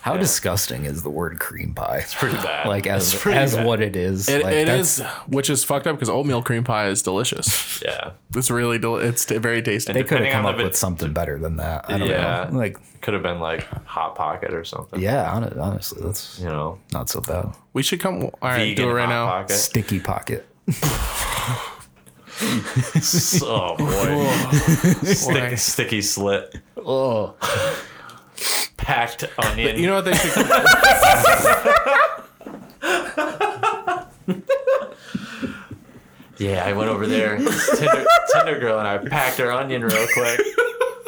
How disgusting is the word cream pie? It's pretty bad. like as It's pretty as bad. what it is. It, like, it that's- is, which is fucked up because oatmeal cream pie is delicious. yeah, It's really, del- it's t- very tasty. They could have depending come on up if with it- something better than that. I don't Yeah. know. Like, could have been like hot pocket or something. yeah, hon- honestly, that's you know, not so bad. we should come. All right, vegan do it right hot now. pocket. Sticky pocket. oh boy, Why? Stick, sticky slit, Oh, packed onion. You know what they should? yeah, I went over there, Tinder, Tinder girl, and I packed her onion real quick.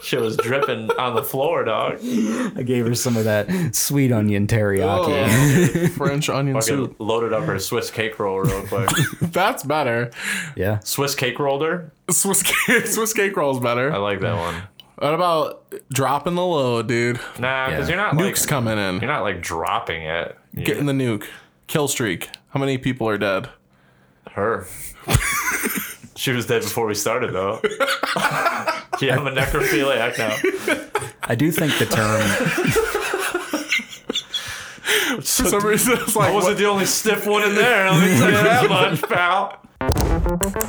She was dripping on the floor, dog. I gave her some of that sweet onion teriyaki. Oh, French onion Fucking soup. loaded up her Swiss cake roll real quick. That's better. Yeah. Swiss cake rolled her. Swiss cake, Swiss cake rolls better. I like that one. What about dropping the load, dude? Nah, because Yeah. you're not like Nuke's coming in. you're not like dropping it. You- Getting the nuke. Kill streak. How many people are dead? her. she was dead before we started, though. yeah, I'm a necrophiliac now. I do think the term For some reason, it's like I wasn't the only stiff one in there. Let me tell you that much, pal.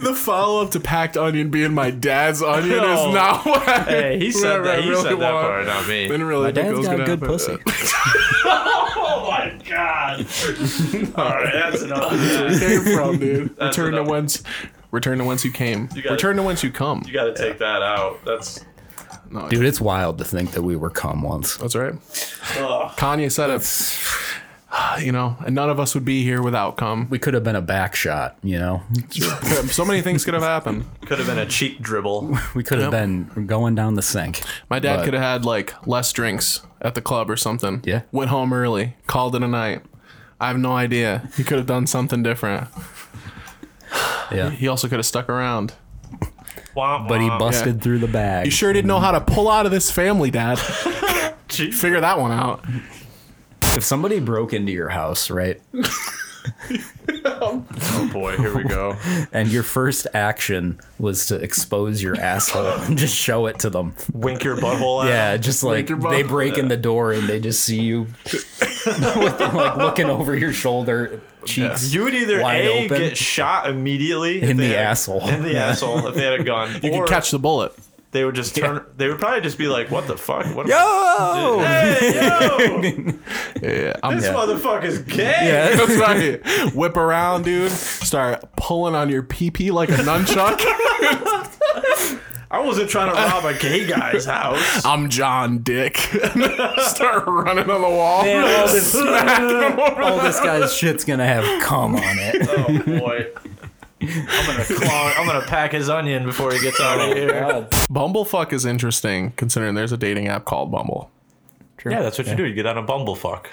The follow up to packed onion being my dad's onion No. is not what I, Hey, he said what I that. He really said that want. part, not me. Didn't really my think it dad's was got gonna good happen. pussy. Oh my god! All right, that's enough. Where it came from, dude. That's Return to enough. whence. Return to whence you came. gotta- Return to whence you come. You got to take that out. That's Dude, it's wild to think that we were cum once. That's right. Kanye said it. You know, and none of us would be here without cum. We could have been a back shot, you know? so many things could have happened. could have been a cheek dribble. We could have been going down the sink. My dad But- could have had like less drinks at the club or something. Yeah. Went home early, called it a night. I have no idea. He could have done something different. Yeah. He also could have stuck around. But Um, he busted through the bag. You sure did know how to pull out of this family, Dad. Figure that one out. if somebody broke into your house, right? Oh boy, here we go. And your first action was to expose your asshole and just show it to them. Wink your butthole. Out. Yeah, just like your they mouth. break in the door and they just see you with them, like looking over your shoulder, cheeks. You would either Wide a open. get shot immediately if In they the had- asshole. in the Yeah. asshole if they had a gun, You or could catch the bullet. they would just turn. They would probably just be like, "What the fuck? What am I- Oh! Hey, yo, Yeah, I'm this motherfucker's gay." Yeah. That's right. Whip around, dude. Start pulling on your pee pee like a nunchuck. I wasn't trying to rob a gay guy's house. I'm John Dick. Start running on the wall. Man, all, this, Smack him over all "Oh, this guy's shit's gonna have cum on it. Oh boy. I'm gonna claw, I'm gonna pack his onion before he gets out of here. Bumblefuck is interesting considering there's a dating app called Bumble. Yeah, that's what you do. You get on a bumblefuck.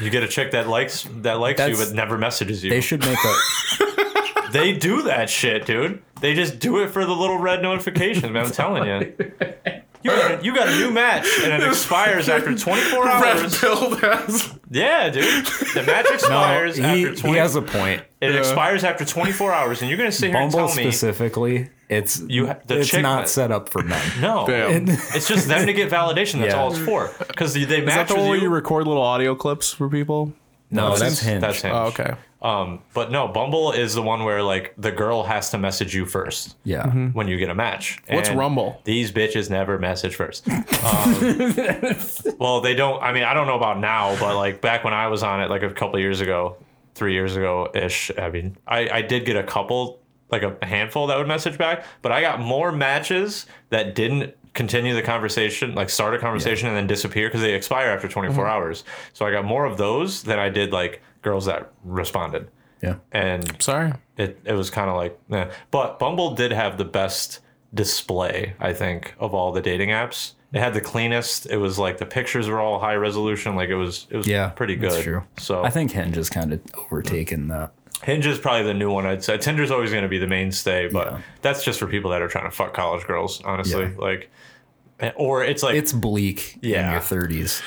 You get a chick that likes that likes you That's- but never messages you. They They, should make a. do that shit, dude. They just do it for the little red notifications, man. I'm telling you. You got, a, you got a new match and it expires after 24 hours. pill has. Yeah, dude. The match expires Oh, he, after 20, he has a point. It expires after 24 hours and you're going to sit here Bumble and tell me specifically, it's You ha- the it's chick not that- set up for men. No. Damn. It's just them to get validation. That's Yeah. all it's for. Because they, they Is match that the one where with you you. record little audio clips for people? No, that's Hinge. That's Hinge. Oh, okay. Um, but no, Bumble is the one where like the girl has to message you first Yeah, when you get a match. What's And Rumble? These bitches never message first. Um, well, they don't. I mean, I don't know about now, but like back when I was on it, like a couple years ago, three years ago ish. I mean, I, I did get a couple, like a handful that would message back, but I got more matches that didn't continue the conversation, like start a conversation and then disappear because they expire after 24 Mm-hmm. hours. So I got more of those than I did like girls that responded. yeah. And Sorry. it it was kind of like eh. but bumble did have the best display i think of all the dating apps it had the cleanest it was like the pictures were all high resolution like it was it was Yeah, pretty good that's true. so I think Hinge has kind of overtaken that. hinge is probably the new one i'd say tinder's always going to be the mainstay but that's just for people that are trying to fuck college girls honestly Yeah. like eh, or it's like It's bleak in Yeah. your thirties.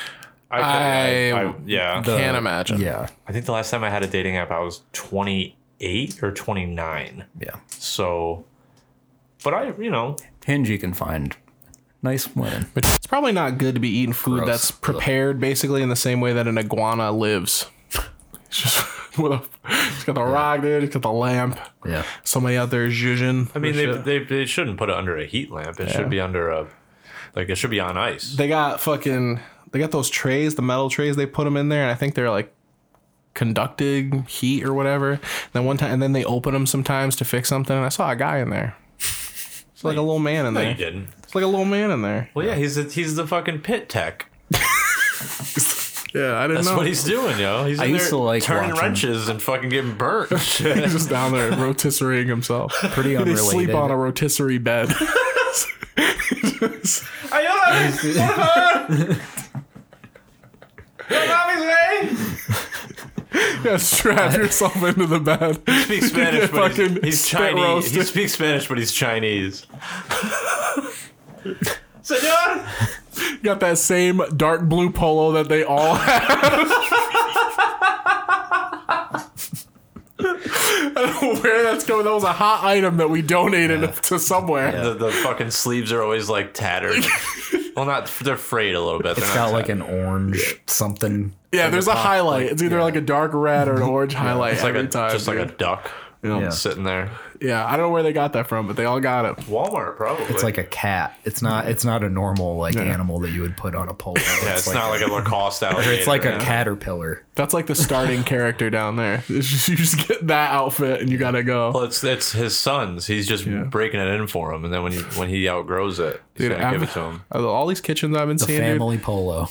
Uh, I, I- I- I- yeah Can't imagine. Yeah, i think the last time i had a dating app i was 28 or 29 yeah. so but i you know Hinge you can find nice women. But it's probably not good to be eating food Gross. that's prepared basically in the same way that an iguana lives. It's just with a, it's got the rock, dude. It's got the lamp. Yeah. Somebody out there Oh, is zhuzhing. I mean, they, they, they shouldn't put it under a heat lamp. It should be under a, like, it should be on ice. they got fucking they got those trays the metal trays they put them in there and i think they're like conducting heat or whatever then one time and then they open them sometimes to fix something and i saw a guy in there it's like a little man in No, you there didn't. it's like a little man in there Well, yeah, he's a, he's the fucking pit tech. yeah i didn't That's know what he's doing, yo. He's in I used there to like turning watching- wrenches and fucking getting burnt. he's just down there rotisserieing himself Pretty they unrelated. sleep on a rotisserie bed yeah strap yourself into the bed speaks Spanish, but he's- Fucking he's, spit Chinese. He roasted. speaks Spanish, but he's Chinese. got that same dark blue polo that they all have. I don't know where that's going. That was a hot item that we donated to somewhere. The, the fucking sleeves are always like tattered. well, not they're frayed a little bit. They're It's not got like an orange something. Yeah, there's a highlight. It's either like a dark red or an orange highlight It's like every a, time. just like a duck Yeah. sitting there. yeah, I don't know where they got that from, but they all got it. Walmart probably. It's like a cat. It's not. It's not a normal like animal that you would put on a polo. yeah, it's, not like a Lacoste alligator. It's like a yeah. caterpillar. That's like the starting character down there. It's just, you just get that outfit and you gotta go. Well, it's it's his son's. He's just breaking it in for him, and then when you, when he outgrows it, he's Dude, gonna give I've- it to him. All these kitchens I've been seeing, dude, Family polo.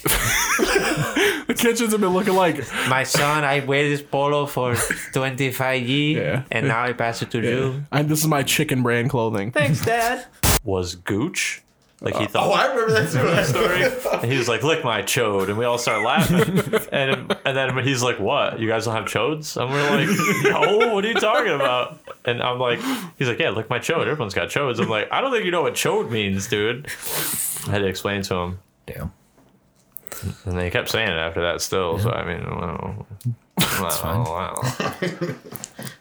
the kitchens have been looking like My son, I wear this polo for 25 years, Yeah. and now I pass it to you. I, this is my chicken brand clothing. Was Gooch? Like he thought. Oh, I remember that story. and he was like, "Lick my chode," and we all start laughing. and and then he's like, "What? You guys don't have chodes?" And we're like, "No, what are you talking about?" And I'm like, "He's like, yeah, lick my chode. Everyone's got chodes." I'm like, "I don't think you know what chode means, dude." I had to explain to him, Damn. and they kept saying it after that. Still, so I mean, wow, wow, wow.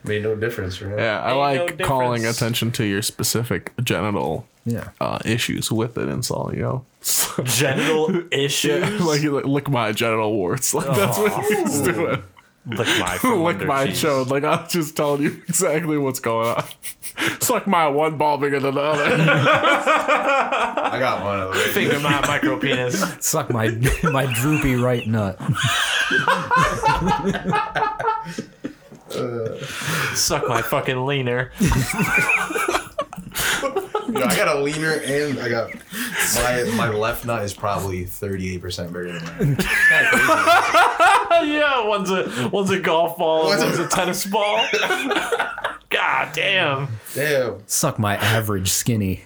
Made no difference, right? Yeah, I Ain't like no calling difference. attention to your specific genital Yeah. uh, issues with an insult, you know? genital yeah, issues. like, like, lick my genital warts. Oh, Like, that's what he's doing. Lick my Lick cylinder, my jeez. chode. Like, I'm just telling you exactly what's going on. It's like my one ball bigger than the other. I got one of those. Finger my micro penis. Suck my my droopy right nut. Suck my fucking leaner. Dude, I got a leaner and I got my my left nut is probably thirty eight percent bigger than mine. yeah, one's a one's a golf ball, One's one's, a- one's a tennis ball. God damn. Damn. Suck my average skinny.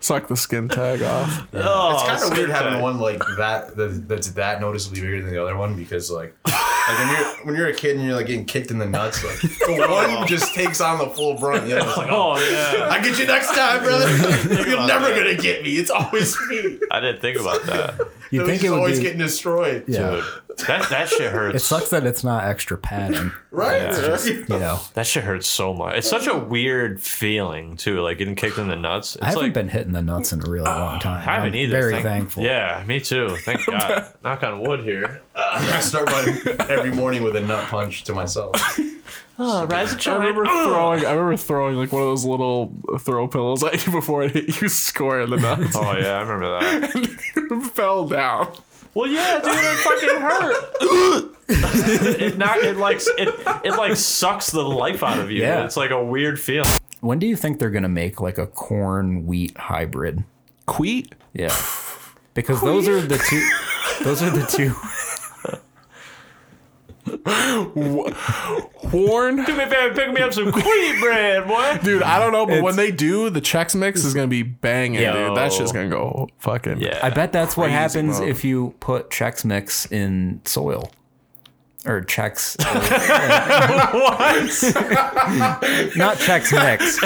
Suck the skin tag off. Oh, It's kind of weird skin having tight. one like that that- that's that noticeably bigger than the other one because like, like when you're when you're a kid and you're like getting kicked in the nuts, like the one just takes on the full brunt. Yeah, like, oh, Oh yeah, I get you next time, brother. You're never gonna get me. It's always me. I didn't think about that. You Those think just it would always be? getting destroyed. yeah. Dude, that that shit hurts. It sucks that it's not extra padding. Right. You know, that shit hurts so much. It's such a weird feeling too, like getting kicked in the nuts. It's I haven't like Uh, been hitting the nuts in a really long time. I haven't am either. Very thank- thankful. Yeah, me too. Thank God. Knock on wood here. I start my every morning with a nut punch to myself. Oh, rise and I remember throwing, I remember throwing like one of those little throw pillows at you before it hit you square in the nuts. Oh yeah, I remember that. fell down. Well, yeah, dude, it fucking hurt. it not it like it it like sucks the life out of you. Yeah. It's like a weird feeling. When do you think they're gonna make like a corn wheat hybrid? Queet? Yeah. Because those are the two. Those are the two. Horn? Pick me, baby, pick me up some Queen bread, boy. Dude, I don't know, but when they do, the Chex Mix is gonna be banging, Yo. dude. That shit's gonna go fucking. Yeah, I bet that's what Crazy happens mode. if you put Chex Mix in soil, or Chex. What? not Chex Mix.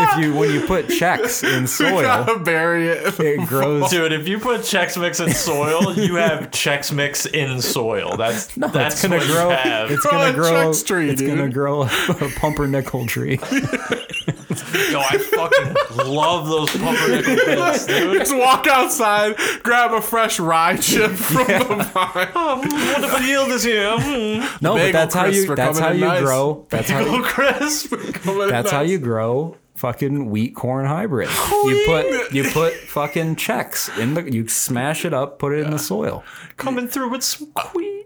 if you when you put checks in soil, Gotta bury it. it grows. Dude, if you put Chex Mix in soil, you have Chex Mix in soil. That's that's it's gonna what grow. you have. It's Grow gonna Oh, a grow. Chex tree, it's dude. gonna grow a, a pumpernickel tree. Yo, I fucking love those pumpernickel bits, dude. Just walk outside, grab a fresh rye chip from the Oh, vine. What if I yield this year? Mm. No, but Bagel that's how you. crisps are That's how coming you in nice. grow. That's how. Little crisp. That's how you grow fucking wheat corn hybrid. You put you put fucking checks in the you smash it up, put it in the soil. Coming through with some queen.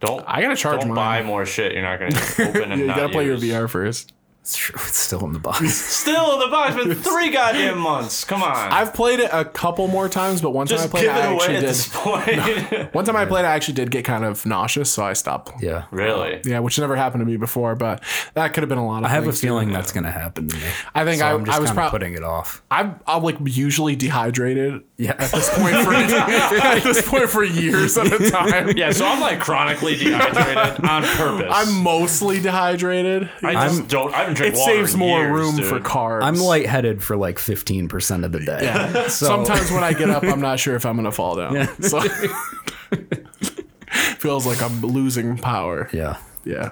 Don't I gotta charge don't buy mine. more shit. You're not gonna open and You not gotta play use. your VR first. It's true. It's still in the box. Still in the box for three goddamn months. Come on. I've played it a couple more times, but one time I just played give it, it I away actually at did. this point. One time I played, I actually did get kind of nauseous, so I stopped. Yeah, Yeah. really? which never happened to me before, but that could have been a lot of I have a things, too. feeling that's gonna happen to me. I think So I, I'm just I was kinda probably. putting it off. I'm, I'm like usually dehydrated Yeah. At this point for, at this point for years at a time. Yeah, so I'm like chronically dehydrated on purpose. I'm mostly dehydrated. I just I'm- don't. I haven't drank it water saves in more years, room dude. for carbs. I'm lightheaded for like 15% of the day. Yeah. So- Sometimes when I get up, I'm not sure if I'm gonna fall down. So feels like I'm losing power. Yeah. Yeah.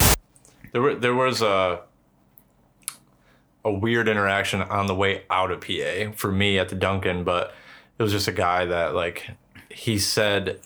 There, were, there was a a weird interaction on the way out of PA for me at the Duncan, but it was just a guy that like he said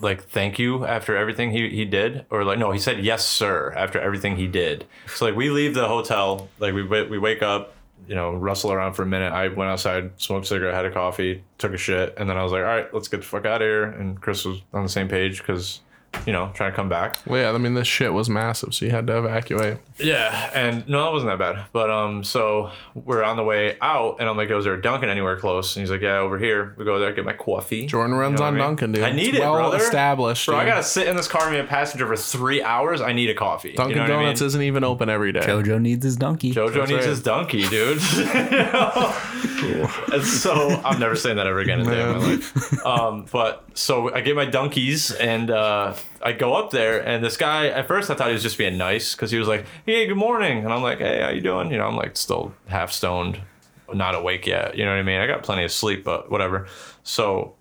like thank you after everything he, he did or like no he said yes sir after everything he did so like we leave the hotel like we wa- we wake up you know rustle around for a minute i went outside smoked a cigarette had a coffee took a shit and then i was like all right let's get the fuck out of here and chris was on the same page because you know trying to come back Well, yeah. I mean, this shit was massive, so you had to evacuate. yeah, and no, that wasn't that bad. But um, so we're on the way out, and I'm like, "Oh, is there a Dunkin' anywhere close?" And he's like, "Yeah, over here." We go there, get my coffee. Jordan runs know what on I mean? Dunkin', dude. I need It's it, well brother. established. Bro, I dude. gotta sit in this car and be a passenger for three hours. I need a coffee. Dunkin' you know Donuts what I mean? isn't even open every day. Jojo needs his donkey. JoJo needs right. his donkey, dude. And so I'm never saying that ever again in the day of my Man. life. Um, but so I get my donkeys and uh, I go up there, and this guy at first I thought he was just being nice because he was like, "Hey, good morning," and I'm like, "Hey, how you doing?" You know, I'm like still half stoned, not awake yet. You know what I mean? I got plenty of sleep, but whatever. So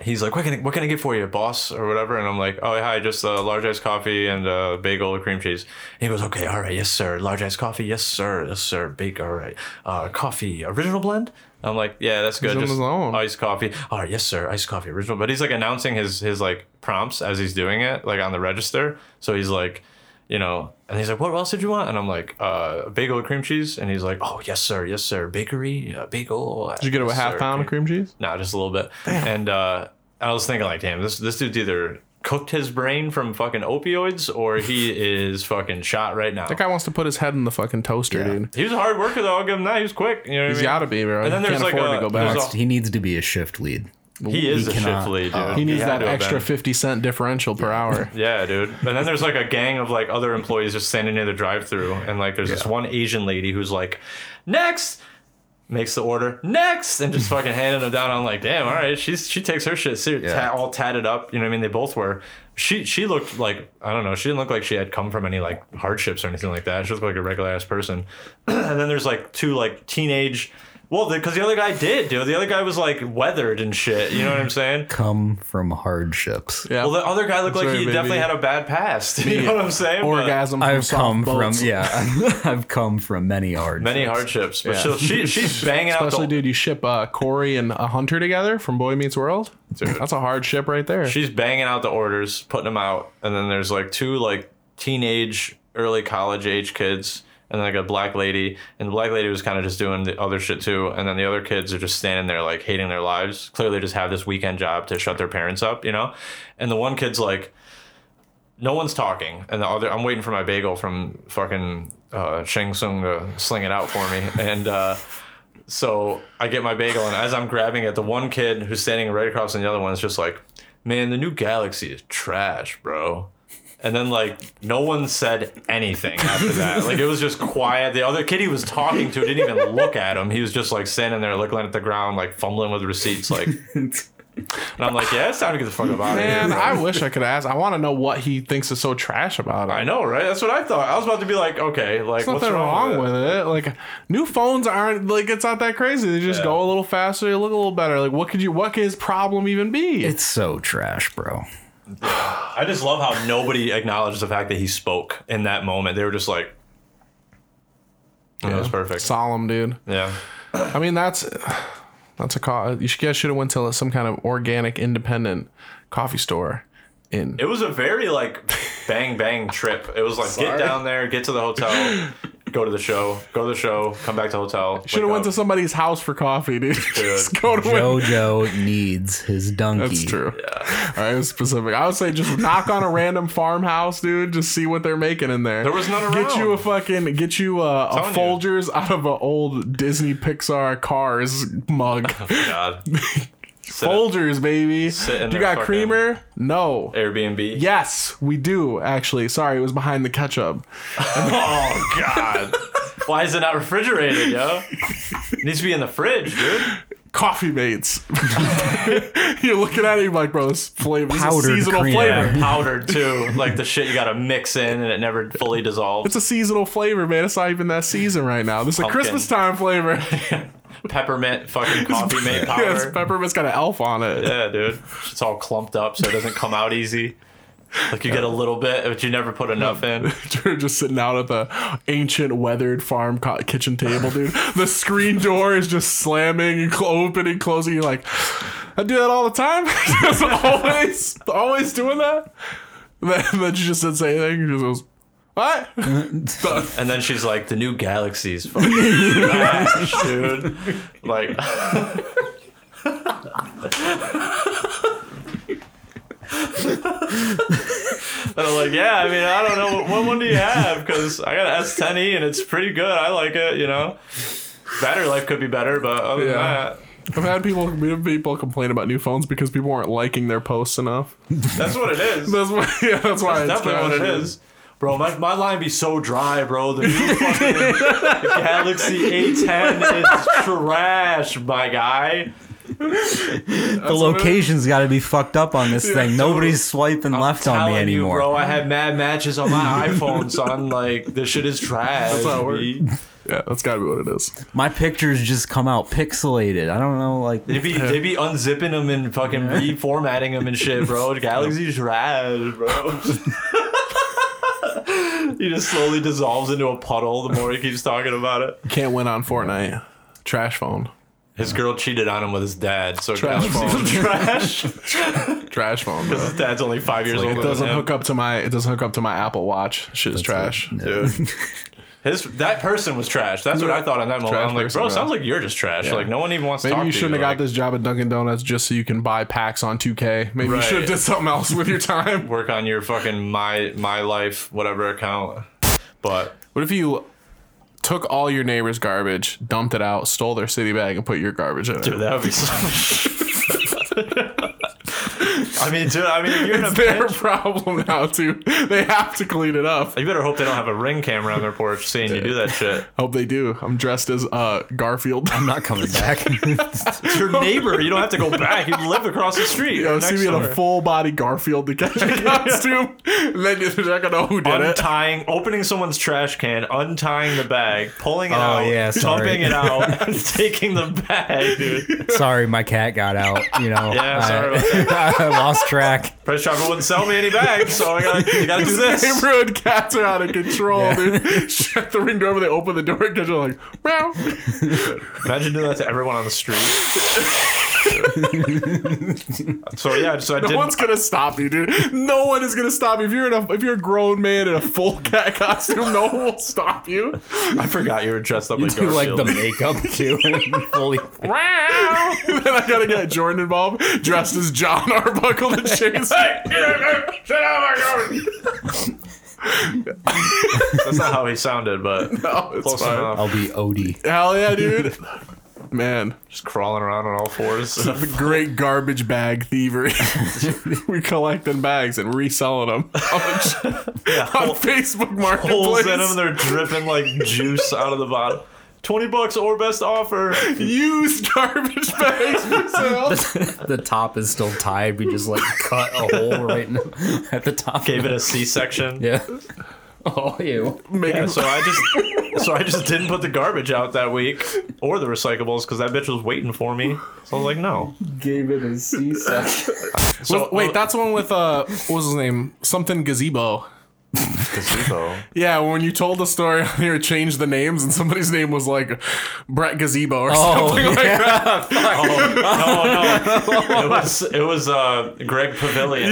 he's like, what can, I, what can I get for you, boss, or whatever? And I'm like, oh, hi, just a large iced coffee and a bagel with cream cheese. And he goes, okay, all right, yes, sir. Large iced coffee, yes, sir. Yes, sir. Bagel, all right. Uh, coffee, original blend? I'm like, yeah, that's good. on Just his own. iced coffee. All right, yes, sir. Iced coffee, original. But he's like announcing his, his like prompts as he's doing it, like on the register. So he's like, you know, and he's like, what else did you want? And I'm like, uh, bagel with cream cheese. And he's like, oh, yes, sir. Yes, sir. Bakery, uh, bagel. Did you get a half pound of cream cheese? no, just a little bit. And uh, I was thinking, like, damn, this this dude's either cooked his brain from fucking opioids or he is fucking shot right now. That guy wants to put his head in the fucking toaster, dude. He was a hard worker though. I'll give him that. He was quick. You know what He's I mean? gotta be, bro. And then he there's can't like afford a, to go there's back. a- He needs to be a shift lead. he is a cannot- shift lead, dude. He needs had that to have extra been. fifty cent differential per hour. Yeah, dude. And then there's like a gang of like other employees just standing near the drive-through, and like there's this one Asian lady who's like, "Next," makes the order, "Next," and just fucking handing them down. I'm like, "Damn, all right." She's she takes her shit serious, ta- all tatted up. You know what I mean? They both were. She she looked like I don't know. She didn't look like she had come from any like hardships or anything like that. She looked like a regular ass person. and then there's like two like teenage. Well, because the, other guy did, dude. The other guy was like weathered and shit. You know what I'm saying? Come from hardships. Yeah. Well, the other guy looked That's like right, he baby. definitely had a bad past. You know what I'm saying? But Orgasm. From I've soft come boats. from yeah. I've come from many hardships. Many hardships, but she'll- she, she's banging out Especially, the dude, you ship uh, Corey and a Hunter together from Boy Meets World. That's a hard ship right there. she's banging out the orders, putting them out, and then there's like two like teenage, early college age kids, and like a black lady, and the black lady was kind of just doing the other shit too, and then the other kids are just standing there like hating their lives. Clearly, just have this weekend job to shut their parents up, you know, and the one kid's like. no one's talking, and the other I'm waiting for my bagel from fucking uh, Sheng Tsung to sling it out for me, and uh, so I get my bagel, and as I'm grabbing it, the one kid who's standing right across from the other one is just like, "Man, the new Galaxy is trash, bro." And then like no one said anything after that. Like it was just quiet. The other kid he was talking to didn't even look at him. He was just like standing there looking at the ground, like fumbling with receipts, like And I'm like, yeah, it's time to get the fuck up out of here. Man, I wish I could ask. I want to know what he thinks is so trash about it. I know, right? That's what I thought. I was about to be like, okay, like There's what's nothing wrong, with with it? Like new phones aren't like it's not that crazy. They just Yeah. go a little faster, they look a little better. Like what could you what could his problem even be? It's so trash, bro. it? I just love how nobody acknowledged the fact that he spoke in that moment. They were just like, yeah, it was perfect. solemn, dude. Yeah. I mean that's that's a call. You should- guys should have went to some kind of organic independent coffee store in It was a very like bang bang trip. It was like get Sorry. down there, get to the hotel, go to the show, go to the show, come back to hotel. uh, should have went to somebody's house for coffee, dude. just go to a- JoJo needs his donkey. That's true. All right, it was specific. I would say just knock on a random farmhouse, dude. Just see what they're making in there. There was none Get you a around. fucking get you a, a Telling you. Folgers out of an old Disney Pixar Cars mug. God. Sit at Folgers, baby. sit in you their got fucking- creamer? No. Airbnb. Yes, we do actually. Sorry, it was behind the ketchup. Oh God. Why is it not refrigerated, yo? It needs to be in the fridge, dude. Coffee mates. You're looking at it, you're like, bro, this flavor, this is a Powdered seasonal cream. flavor. And powdered too, like the shit you gotta mix in and it never fully dissolves. It's a seasonal flavor, man. It's not even that season right now. This is a Pumpkin. Christmas time flavor. Peppermint fucking coffee made Yeah, it's powder. peppermint's got an elf on it. Yeah, dude. It's all clumped up so it doesn't come out easy. Like you get a little bit, but you never put enough in. You're just sitting out at the ancient weathered farm co- kitchen table, dude. The screen door is just slamming and cl- opening, closing. You're like, I do that all the time. just always, always doing that. And then, then she just didn't say anything. She just goes, what? Done. And then she's like, the new galaxy's fucking trash, dude. Like, and I'm like, yeah, I mean, I don't know. What, what one do you have? Because I got an S10e E and it's pretty good. I like it, you know. Battery life could be better, but other than Yeah. that, I've had people, we have people complain about new phones because people weren't liking their posts enough. that's what it is. That's why. Yeah, that's why. it's definitely what it trash, dude. is. Bro, my, my line be so dry, bro. The new fucking Galaxy A10 is trash, my guy. The location's got to be fucked up on this thing. Nobody's swiping left on me Telling anymore. You, bro, I had mad matches on my iPhone, son. Like, this shit is trash. That's how it works. B. Yeah, that's got to be what it is. My pictures just come out pixelated. I don't know, like They be, they be unzipping them and fucking reformatting them and shit, bro. Galaxy trash, bro. he just slowly dissolves into a puddle the more he keeps talking about it. Can't win on Fortnite. Trash phone. His girl cheated on him with his dad, so Trash phone. Galaxy's trash. Trash phone. Bro. His dad's only five years It old. doesn't hook up to my. It doesn't hook up to my Apple Watch. Shit is trash. Dude. His that person was trash. That's what I thought in that moment. Trash I'm like, person, bro, bro. sounds like you're just trash. Like no one even wants to Maybe talk you to shouldn't you. have Like, got this job at Dunkin' Donuts just so you can buy packs on 2K. Maybe you Right. should have did something else with your time. work on your fucking my my life whatever account. But What if you took all your neighbor's garbage, dumped it out, stole their city bag, and put your garbage in it? dude, that would be. So- I mean, dude. I mean, if you're in a It's their pinch, problem now too. They have to clean it up. you better hope they don't have a ring camera on their porch seeing you do that shit. Hope they do. I'm dressed as uh, Garfield. I'm not coming back. It's your neighbor. You don't have to go back. You live across the street. You know, or see next me in door. a full body Garfield costume. and then you're not gonna know who did it. untying, opening someone's trash can, untying the bag, pulling it out, Oh, yeah, sorry. dumping it out, and taking the bag, dude. sorry, my cat got out. You know, Yeah, sorry I, I lost track. Price Chopper wouldn't sell me any bags, so I gotta, you gotta do this. Neighborhood cats are out of control, dude. Shut the ring door when they open the door because you're like, meow. Imagine doing that to everyone on the street. so yeah, so I No did. one's gonna stop you, dude. No one is gonna stop you. If you're in a if you're a grown man in a full cat costume, no one will stop you. I forgot you were dressed up like Do like Garfield. the makeup too. fully, Meow. then I gotta get Jordan involved, dressed as John Arbuckle to chase. That's not how he sounded, but No, it's close fine. enough. I'll be Odie. Hell yeah, dude. Man, Just crawling around on all fours. the great garbage bag thievery. we collecting bags and reselling them on, yeah, Facebook Marketplace. holes in them. They're dripping like juice out of the bottom. 20 bucks or best offer. Used garbage bags for sale. the top is still tied. We just like cut a hole right in, at the top. Gave it a C section. Yeah. Oh, you. Yeah, so I just so I just didn't put the garbage out that week or the recyclables because that bitch was waiting for me. So I was like, no. Gave it a C section. So Wait, that's the one with uh, what was his name? Something gazebo. gazebo. Yeah, when you told the story here, changed the names, and somebody's name was like Brett Gazebo or something like oh, yeah. that. Oh no, it was it was uh, Greg Pavilion.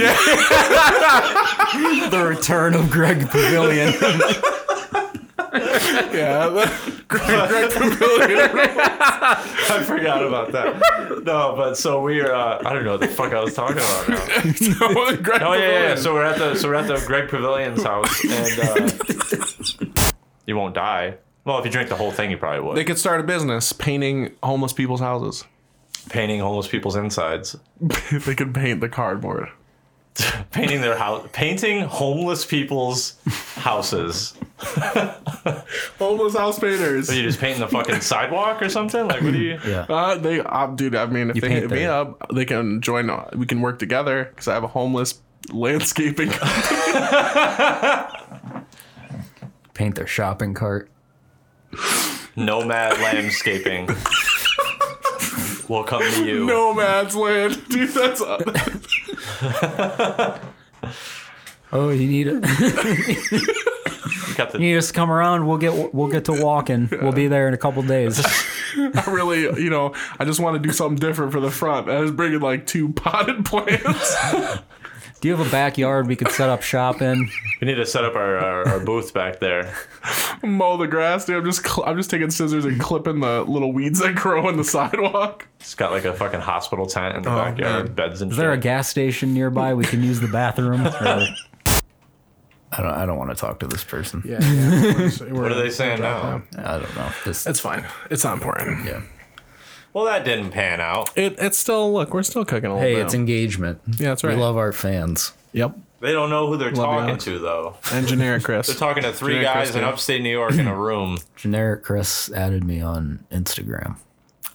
The return of Greg Pavilion. Yeah, that- Greg, Greg Pavilion. I forgot about that. No, but so we are. Uh, I don't know what the fuck I was talking about now. No, Greg Oh yeah, yeah, yeah. Pavilion. So we're at the so we're at the Greg Pavilion's house, and uh, you won't die. Well, if you drink the whole thing, you probably would. they could start a business painting homeless people's houses. painting homeless people's insides, they could paint the cardboard. painting their house, painting homeless people's houses. Homeless house painters. So you just painting the fucking sidewalk or something? Like, what do you? yeah. Uh, they, uh, dude. I mean, if they paint hit me the- up, they can join. uh, We can work together because I have a homeless landscaping. company. Paint their shopping cart. Nomad landscaping. We'll come to you. Nomad's land, dude. That's uh, Oh, you need it. You got the- you just come around. We'll get we'll get to walking. We'll be there in a couple days. I really, you know, I just want to do something different for the front. I was bringing like two potted plants. Do you have a backyard we could set up shop in? we need to set up our, our, our booth back there. mow the grass, dude. I'm just, cl- I'm just taking scissors and clipping the little weeds that grow on the sidewalk. It's got like a fucking hospital tent in the backyard, beds Oh, and Is there a shit. gas station nearby we can use the bathroom? Or- I don't. I don't want to talk to this person. Yeah. yeah. what are they saying now? I don't know. This. It's fine. It's not important. yeah. Well, that didn't pan out. It, it's still look. We're still cooking a little Hey, bit. it's engagement. Yeah, that's right. We love our fans. yep. They don't know who they're you, talking Alex. to, though. Engineer Chris. They're talking to three Very guys in interesting. upstate New York in a room. Generic Chris added me on Instagram.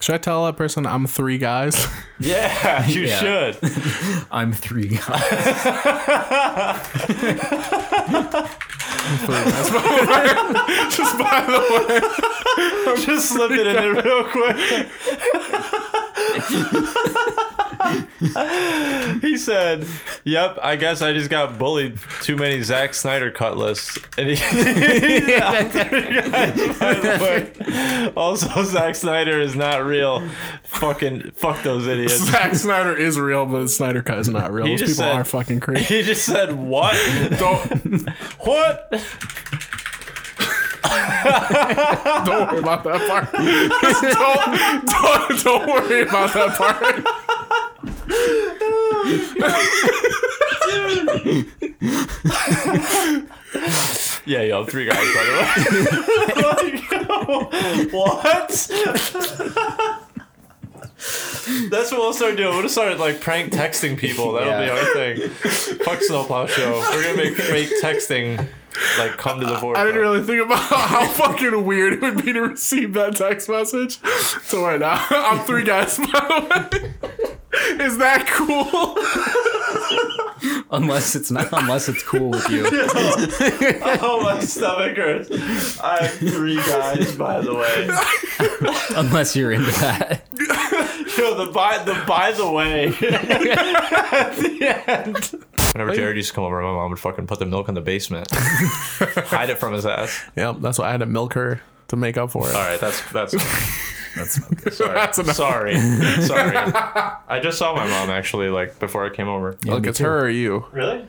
Should I tell that person I'm three guys? Yeah, you should. I'm three guys. Just by the way, Just slip it in there real quick. he said, "Yep, I guess I just got bullied too many Zack Snyder cut lists." And he, by the way, also Zack Snyder is not real. Fucking fuck those idiots. Zack Snyder is real, but Snyder Cut is not real. He Those people just said- are fucking crazy. He just said, "What? Don't What?" don't worry about that part. Just don't, don't don't worry about that part. Yeah, yo, three guys, by the way. like, what? That's what we'll start doing. We'll just start like prank texting people. That'll be Yeah. our thing. Fuck Snowplow Show. We're gonna make fake texting like come to the board. I didn't really think about how fucking weird it would be to receive that text message. So right now, I'm three guys. By the way, is that cool? unless it's not unless it's cool with you. Oh, my stomach hurts. I'm three guys, by the way. unless you're into that. Yo, the by the by the way. At the end. Whenever Jared used to come over, my mom would fucking put the milk in the basement, hide it from his ass. Yep, that's why I had to milk her to make up for it. All right, that's that's That's not good. sorry. That's enough. sorry. Sorry. I just saw my mom actually like before I came over. Look, me it's too. her or you. Really?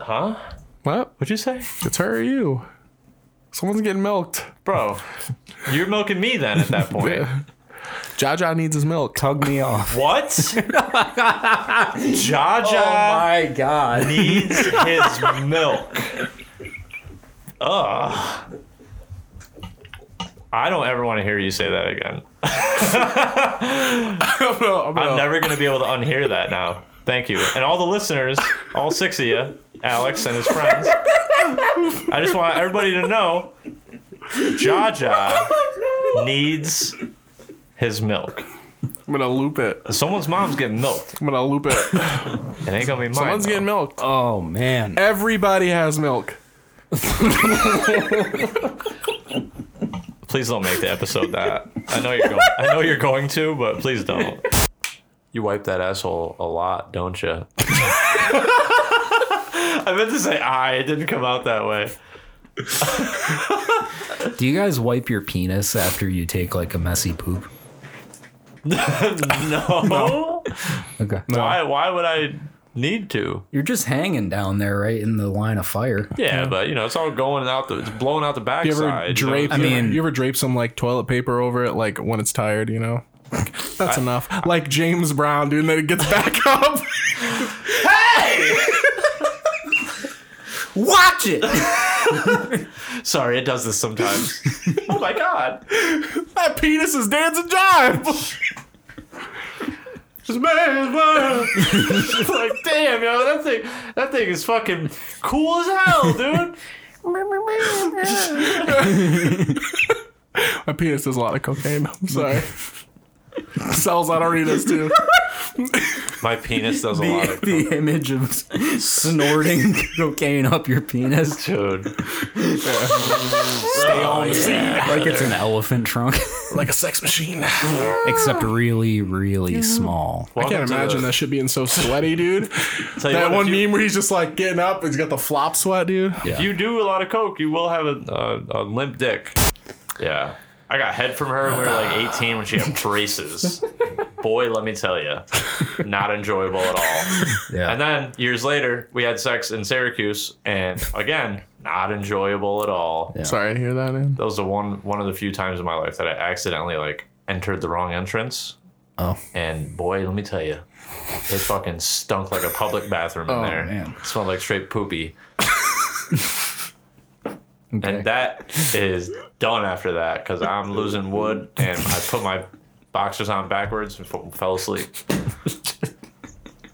Huh? What? What'd you say? It's her or you. Someone's getting milked. Bro, you're milking me then at that point. Jaja needs his milk. Tug me off. What? Jaja Oh my god. needs his milk. Ugh. I don't ever want to hear you say that again. I'm gonna- I'm gonna- I'm never going to be able to unhear that now. Thank you. And all the listeners, all six of you, Alex and his friends, I just want everybody to know Jaja needs his milk. I'm gonna loop it. Someone's mom's getting milked. I'm gonna loop it. It ain't gonna be mine. Someone's though. getting milked. Oh man. Everybody has milk. Please don't make the episode that. I know you're going. I know you're going to, but please don't. You wipe that asshole a lot, don't you? I meant to say I. It didn't come out that way. Do you guys wipe your penis after you take like a messy poop? No. Okay. Why? Why would I need to? You're just hanging down there, right in the line of fire. Yeah, but you know, it's all going out the. It's blowing out the You ever backside. drape? know? I you mean- ever, you ever drape some like toilet paper over it, like when it's tired, you know? Like, That's enough. like James Brown, dude, and then it gets back up. Watch it. Sorry, it does this sometimes. oh my god. that penis is dancing jive. Just man, man. It's like, damn, yo, that thing, that thing is fucking cool as hell, dude. My penis does a lot of cocaine. I'm sorry. Sells out arenas too. My penis does a lot the, of the image of snorting cocaine up your penis, dude. like it's an elephant trunk, Like a sex machine. except really, really small. I can't imagine that shit being so sweaty, dude. that one if you, meme where he's just like getting up, he's got the flop sweat, dude. Yeah. if you do a lot of coke, you will have a, a, a limp dick. Yeah, I got head from her when we were like 18 when she had braces. Boy, let me tell you, not enjoyable at all. Yeah. And then years later, we had sex in Syracuse, and again, not enjoyable at all. Yeah. Sorry to hear that, man. That was the one one of the few times in my life that I accidentally like entered the wrong entrance. Oh. And boy, let me tell you, it fucking stunk like a public bathroom in there. man. It smelled like straight poopy. Okay. And that is done after that because I'm losing wood and I put my boxers on backwards and f- fell asleep.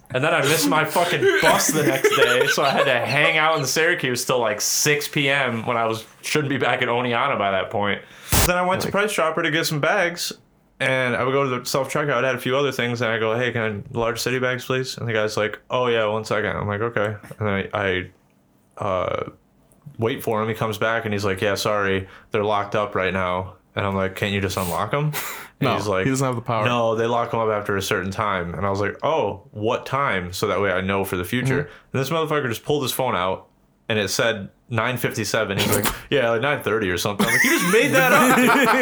And then I missed my fucking bus the next day, so I had to hang out in Syracuse till like 6 p.m. when I was shouldn't be back at Oneonta by that point. Then I went to Price Chopper to get some bags, and I would go to the self checkout. I had a few other things, and I go, "Hey, can I large city bags, please?" And the guy's like, "Oh yeah, one second. I'm like, "Okay." And I, I uh, wait for him. He comes back, and he's like, "Yeah, sorry, they're locked up right now." And I'm like, "Can't you just unlock them?" And No, he doesn't have the power. No, they lock them up after a certain time. And I was like, "Oh, what time?" So that way I know for the future. Mm-hmm. And this motherfucker just pulled his phone out, and it said 9:57. He's like, "Yeah, like 9:30 or something." I'm like, "You just made that up.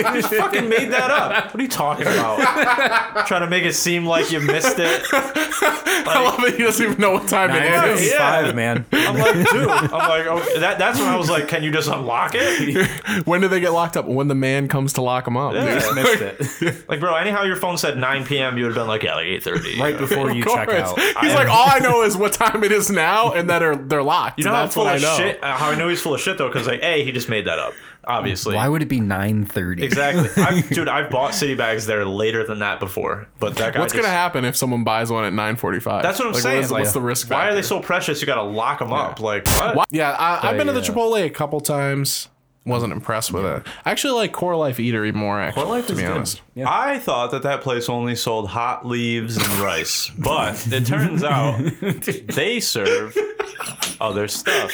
dude. You just fucking made that up. What are you talking about? Trying to make it seem like you missed it." I love it. He doesn't even know what time it is. Yeah. man. I'm like, dude. I'm like, oh, that, that's when I was like, "Can you just unlock it?" When do they get locked up? When the man comes to lock them up. Yeah. dude. Just missed it. Like, bro, anyhow your phone said 9 p.m., you would have been like, yeah, like 8.30. Right before you check Chris. out. He's like, all I know is what time it is now, and that are they're locked. You know and how that's full what of I know. shit, uh, how I know he's full of shit, though, because, like, A, he just made that up, obviously. Why would it be nine thirty? exactly. I've, dude, I've bought city bags there later than that before, but that guy What's just- gonna happen if someone buys one at nine forty-five? That's what I'm Like, saying. What's, like, what's the risk? Why are they factor? so precious? You got to lock them up. Like, what? Why- Yeah, I, I've been to the yeah. Chipotle a couple times. Wasn't impressed with it. I actually like Core Life Eatery more. Actually, Life to is be good. honest. Yeah. I thought that that place only sold hot leaves and rice, but it turns out they serve other stuff.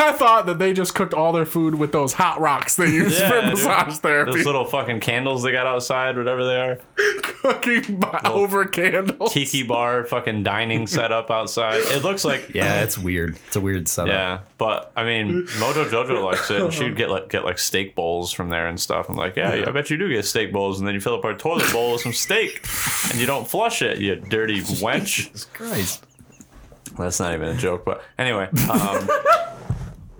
I thought that they just cooked all their food with those hot rocks they use Yeah, for dude. massage therapy, Those little fucking candles they got outside, whatever they are. cooking by, over candles. Tiki bar, fucking dining setup outside. It looks like Yeah, it's weird. It's a weird setup. Yeah, but I mean, Mojo Jojo likes it, and she'd get like get like steak bowls from there and stuff. I'm like, yeah, I bet you do get steak bowls, and then you fill up our toilet bowl with some steak, and you don't flush it, you dirty wench. Christ. That's not even a joke, but anyway, um,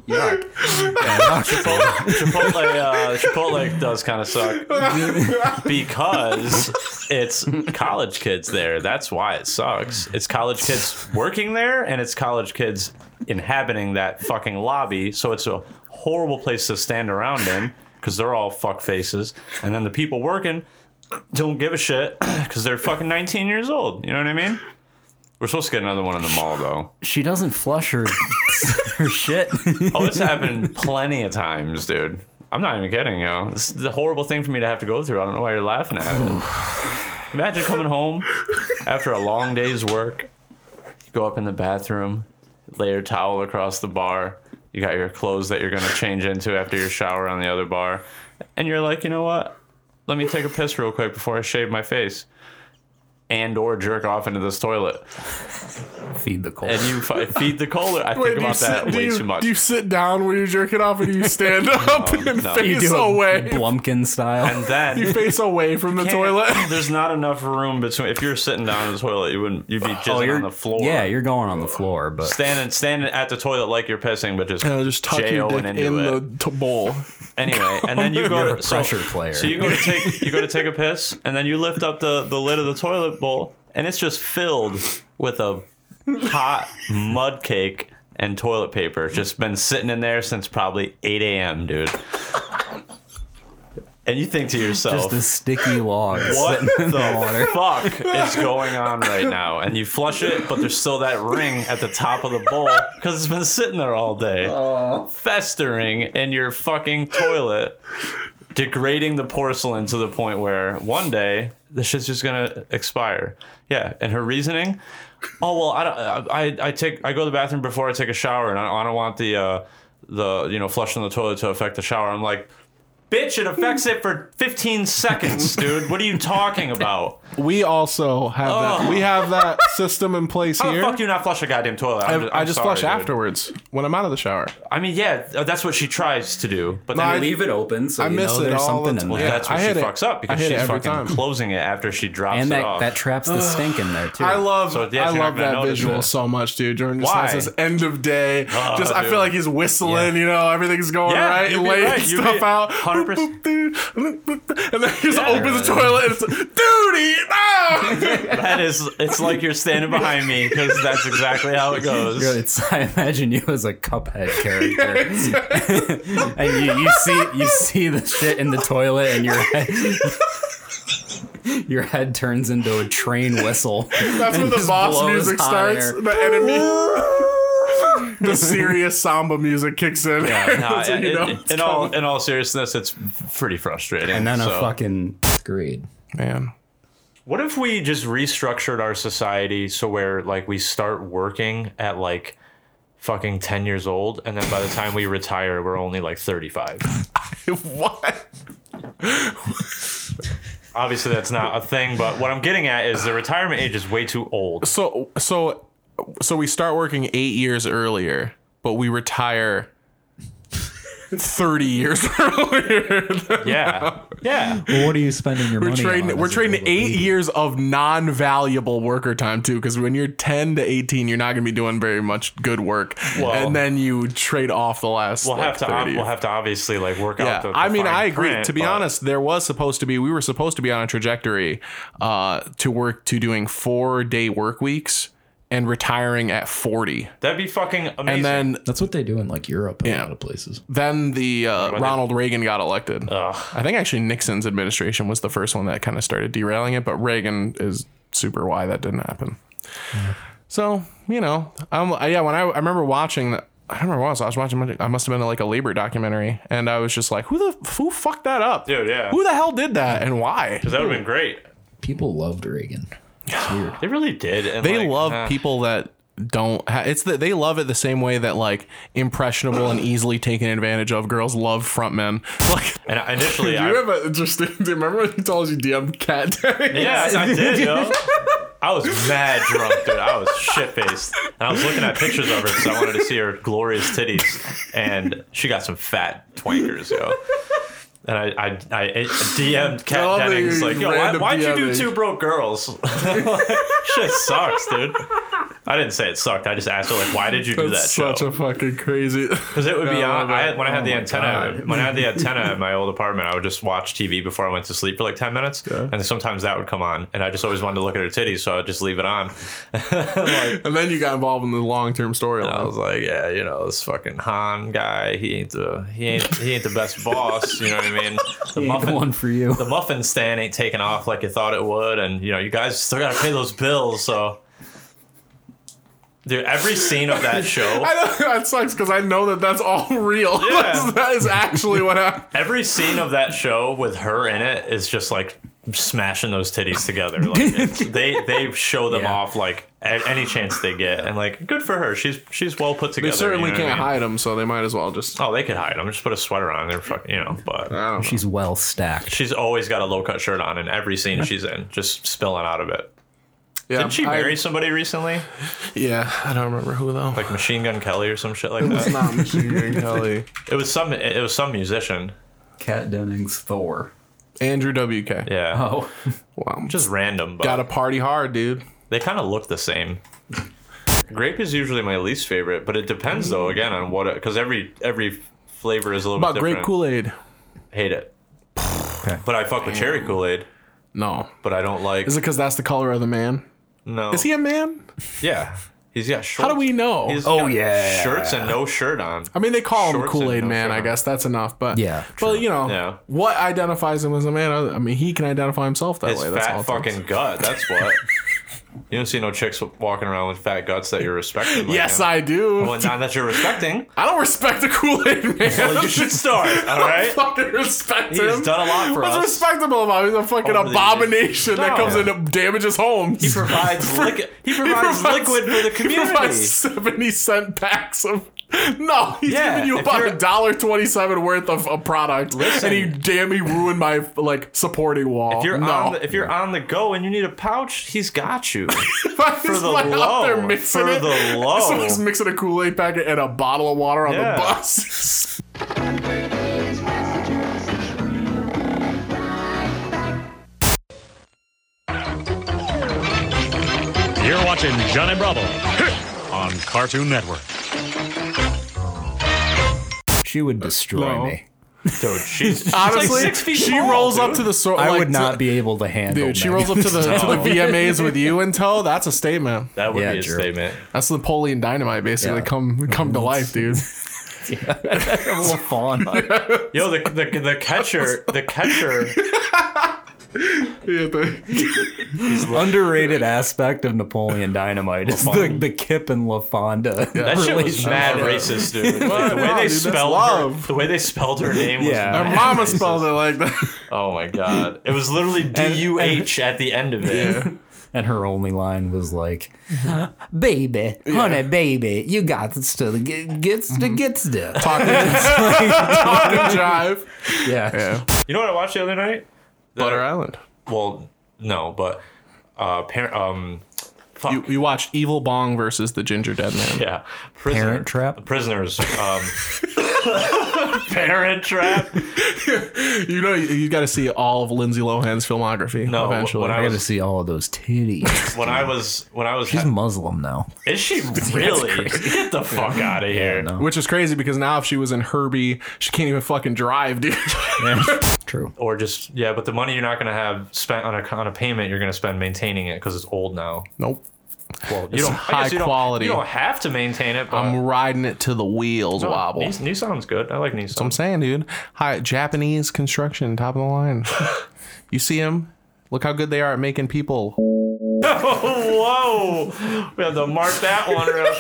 Chipotle, Chipotle, uh, Chipotle does kind of suck because it's college kids there. That's why it sucks. It's college kids working there, and it's college kids inhabiting that fucking lobby. So it's a horrible place to stand around in because they're all fuck faces, and then the people working don't give a shit because they're fucking 19 years old. You know what I mean? We're supposed to get another one in the mall though. She doesn't flush her her shit. Oh, it's happened plenty of times, dude. I'm not even kidding, yo. This is a horrible thing for me to have to go through. I don't know why you're laughing at it. Imagine coming home after a long day's work. You go up in the bathroom, lay your towel across the bar. You got your clothes that you're going to change into after your shower on the other bar. And you're like, you know what? Let me take a piss real quick before I shave my face and or jerk off into this toilet. Feed the cold. And you fi- feed the colder. I Wait, think about do you that sit, do way you- too much. Do you sit down when you jerk it off, or do you stand up and no. You face do a away? Blumpkin style. and then you face away from the toilet. There's not enough room between. If you're sitting down in the toilet, you wouldn't. You'd be jizzing Oh, on the floor. Yeah, Oh, you're going on the floor, but standing standing at the toilet like you're pissing, but just No, just tuck your J-O-ing dick into in it. the t- bowl. anyway. And then you go you're a to, so- pressure player. So you go to take you go to take a piss, and then you lift up the the lid of the toilet bowl, and it's just filled with a hot mud cake and toilet paper. It's Just been sitting in there since probably 8 a.m., dude. And you think to yourself, just a sticky log what sitting in the the water. fuck is going on right now? And you flush it, but there's still that ring at the top of the bowl because it's been sitting there all day, festering in your fucking toilet, degrading the porcelain to the point where one day this shit's just gonna expire. Yeah, and her reasoning. Oh well, I don't. I, I I take I go to the bathroom before I take a shower, and I, I don't want the uh, the you know flushing the toilet to affect the shower. I'm like, bitch, it affects it for 15 seconds, dude. What are you talking about? We also have that. We have that system in place Oh. How the here. fuck do you not flush a goddamn toilet? I, I'm I I'm just sorry, flush dude. afterwards when I'm out of the shower. I mean, yeah, th- that's what she tries to do, but then No, I- Leave it open so I you miss know it there's all the something in time. there. Yeah. that's where I she hit it. fucks up because I hit it she's every fucking time. closing it after she drops And it off. that, that traps the stink in there too. I love So, yeah, I you're not love gonna that notice visual it. so much, dude. During just Why? Oh, like this end of day, just I dude. feel like he's whistling. You know, everything's going Yeah, right. you'd be Laying right, you'd stuff be out. 100%. Boop, boop, boop, boop, and then he just Yeah. opens the toilet and it's duty. No! that is, it's like you're standing behind me because that's exactly how it goes. You're- It's, I imagine you as a cuphead character, and you, you see you see the shit in the toilet, and your head, your head turns into a train whistle. That's when and the just boss blows music hot starts. air. The enemy. the serious samba music kicks in. Yeah, nah, So you it- know it- it's in all coming. in all seriousness, it's pretty frustrating. and then so. a fucking screed. man. What if we just restructured our society so where like we start working at like fucking 10 years old and then by the time we retire we're only like 35. what? Obviously that's not a thing, but what I'm getting at is the retirement age is way too old. So so so we start working eight years earlier, but we retire thirty years earlier. Yeah. Yeah. Well, what are you spending your we're trading we're trading eight years of non-valuable worker time too, because when you're ten to eighteen, you're not gonna be doing very much good work, Well- and then you trade off the last. We'll have like, to 30. we'll have to obviously like work yeah, out the, the I mean, fine I agree. print, to be but- honest, there was supposed to be we were supposed to be on a trajectory uh, to work to doing four day work weeks and retiring at forty, That'd be fucking amazing. and then That's what they do in like Europe and a Yeah. lot of places. then the uh, they- Ronald Reagan got elected. Ugh. I think actually Nixon's administration was the first one that kind of started derailing it, but Reagan is super why that didn't happen. So you know, I'm, I, yeah. When I, I remember watching, the, I don't remember what I was, I was watching. I must have been like a labor documentary, and I was just like, who the who fucked that up, Dude, yeah. Who the hell did that and why? that would have been great. People loved Reagan. They really did. And They like, love uh, people that don't. Ha- it's that they love it the same way that like impressionable and easily taken advantage of girls love front men. Like And I- initially Do I you have an interesting? Do you remember when he told you DM cat daddy? Yeah, I did, yo. I was mad drunk, dude. I was shit faced. And I was looking at pictures of her because I wanted to see her glorious titties. And she got some fat twankers, yo. And I, I, I DM'd I love Kat that Dennings, you like, yo, why, random why'd you do DMing. two broke girls? shit sucks, dude. I didn't say it sucked. I just asked her, like, why did you do That's that, such Joe? a fucking crazy. Because it would be No, on. I no. had, when I had the antenna, when I had the antenna at my old apartment, I would just watch TV before I went to sleep for like ten minutes, and sometimes that would come on, and I just always wanted to look at her titties, so I would just leave it on. like, And then you got involved in the long term I storyline. was like, yeah, you know, this fucking Han guy, he ain't the he ain't he ain't the best boss. You know what I mean? The muffin one for you. the muffin stand ain't taking off like you thought it would, and you know, you guys still gotta pay those bills, so. Dude, every scene of that show, I know that sucks because I know that that's all real. Yeah. that is actually what happened. every scene of that show with her in it is just like smashing those titties together. Like it's, they they show them Yeah. off like at any chance they get, and like good for her. She's she's well put They together. you certainly know what I can't mean? hide them, so they might as well just. Oh, they could hide them. Just put a sweater on. They're fucking, you know. But I don't know. She's well stacked. she's always got a low cut shirt on in every scene she's in, just spilling out of it. Yeah, Didn't she I- marry somebody recently? yeah, I don't remember who though. Like Machine Gun Kelly or some shit like that. not Machine Gun Kelly. It was some. It was some musician. Cat Dennings Thor. Andrew WK. Yeah, Oh, Wow. Just just random. But gotta party hard, dude. they kind of look the same. Grape is usually my least favorite, but it depends though. Again, on what because every every flavor is a little What bit about grape different. Kool Aid? Hate it. But I fuck with cherry Kool Aid. No. But I don't like. Is it because that's the color of the man? no. Is he a man? Yeah. He's got shorts. How do we know? He's Oh, got yeah. Shirts and no shirt on. I mean, they call him Shorts Kool Aid and no Man. shirt I on. guess that's enough. But Yeah, but true. you know, Yeah. what identifies him as a man? I mean, he can identify himself that His way. That's all. fat it takes. fucking gut. That's what. you don't see no chicks walking around with fat guts that you're respecting. like Yes, him. I do. Well, not that you're respecting. I don't respect the Kool Aid Man. Well, you should start. All I right. fucking respect He's him. done a lot for What's us. respectable about him? He's a fucking Over the abomination No. that comes in and damages homes. He provides, liquid. he provides provides- liquid for the He community. provides 70 cent packs of. No, he's Yeah, giving you if about you're- a dollar twenty-seven worth of a product, Listen. and he damn he ruined my like supporting wall. If you're no, on the, if you're on the go and you need a pouch, he's got you. for the low, for it. the low. Someone's mixing a Kool Aid packet and a bottle of water on Yeah. the bus. You're watching Johnny Bravo on Cartoon Network. she would destroy No. me. Dude, she's, she's Honestly, like six feet she tall, rolls up dude. to the so- I like, would not to- be able to handle. Dude, she Megan. rolls up to the to the VMAs with you in tow. That's a statement. That would Yeah, be a jerk. statement. That's Napoleon Dynamite, basically. Yeah. Come come to life, dude. a little fawn. Yo, the the, the catcher, the catcher. Underrated aspect of Napoleon Dynamite is the, the Kip and LaFonda. That shit was mad Yeah. racist, dude. Like, the way No, they dude, that's spelled love. Her, the way they spelled her name was Yeah. Her mad mama racist. spelled it like that. Oh my god. It was literally D U H at the end of it. And her only line was like, "Baby, honey, baby, you got this to the get- gets Mm-hmm. to gets to." Fucking jive. yeah. Yeah. You know what I watched the other night? The- Butter Island. Well, no, but uh parent um fuck. You, you watched Evil Bong versus the Ginger Dead Man. yeah. Prisoner, Parent Trap? Prisoners. Um Parent Trap. You know, you, you got to see all of Lindsay Lohan's filmography No, eventually. when I I got to was see all of those titties. when I was when I was She's Muslim now. Is she really? Get the fuck out of here. no. Which is crazy because now if she was in Herbie, she can't even fucking drive, dude. True. Or just yeah, but the money you're not gonna have spent on a on a payment, you're gonna spend maintaining it because it's old now. nope. Well, you don't I high guess you don't- quality. you don't have to maintain it, but I'm riding it to the wheels wobble. Nis- That's Nissan's good. I like what I'm Nissan. saying, dude. Hi, Japanese construction, top of the line. you see them? Look how good they are at making people. Oh, whoa! We have to mark that one real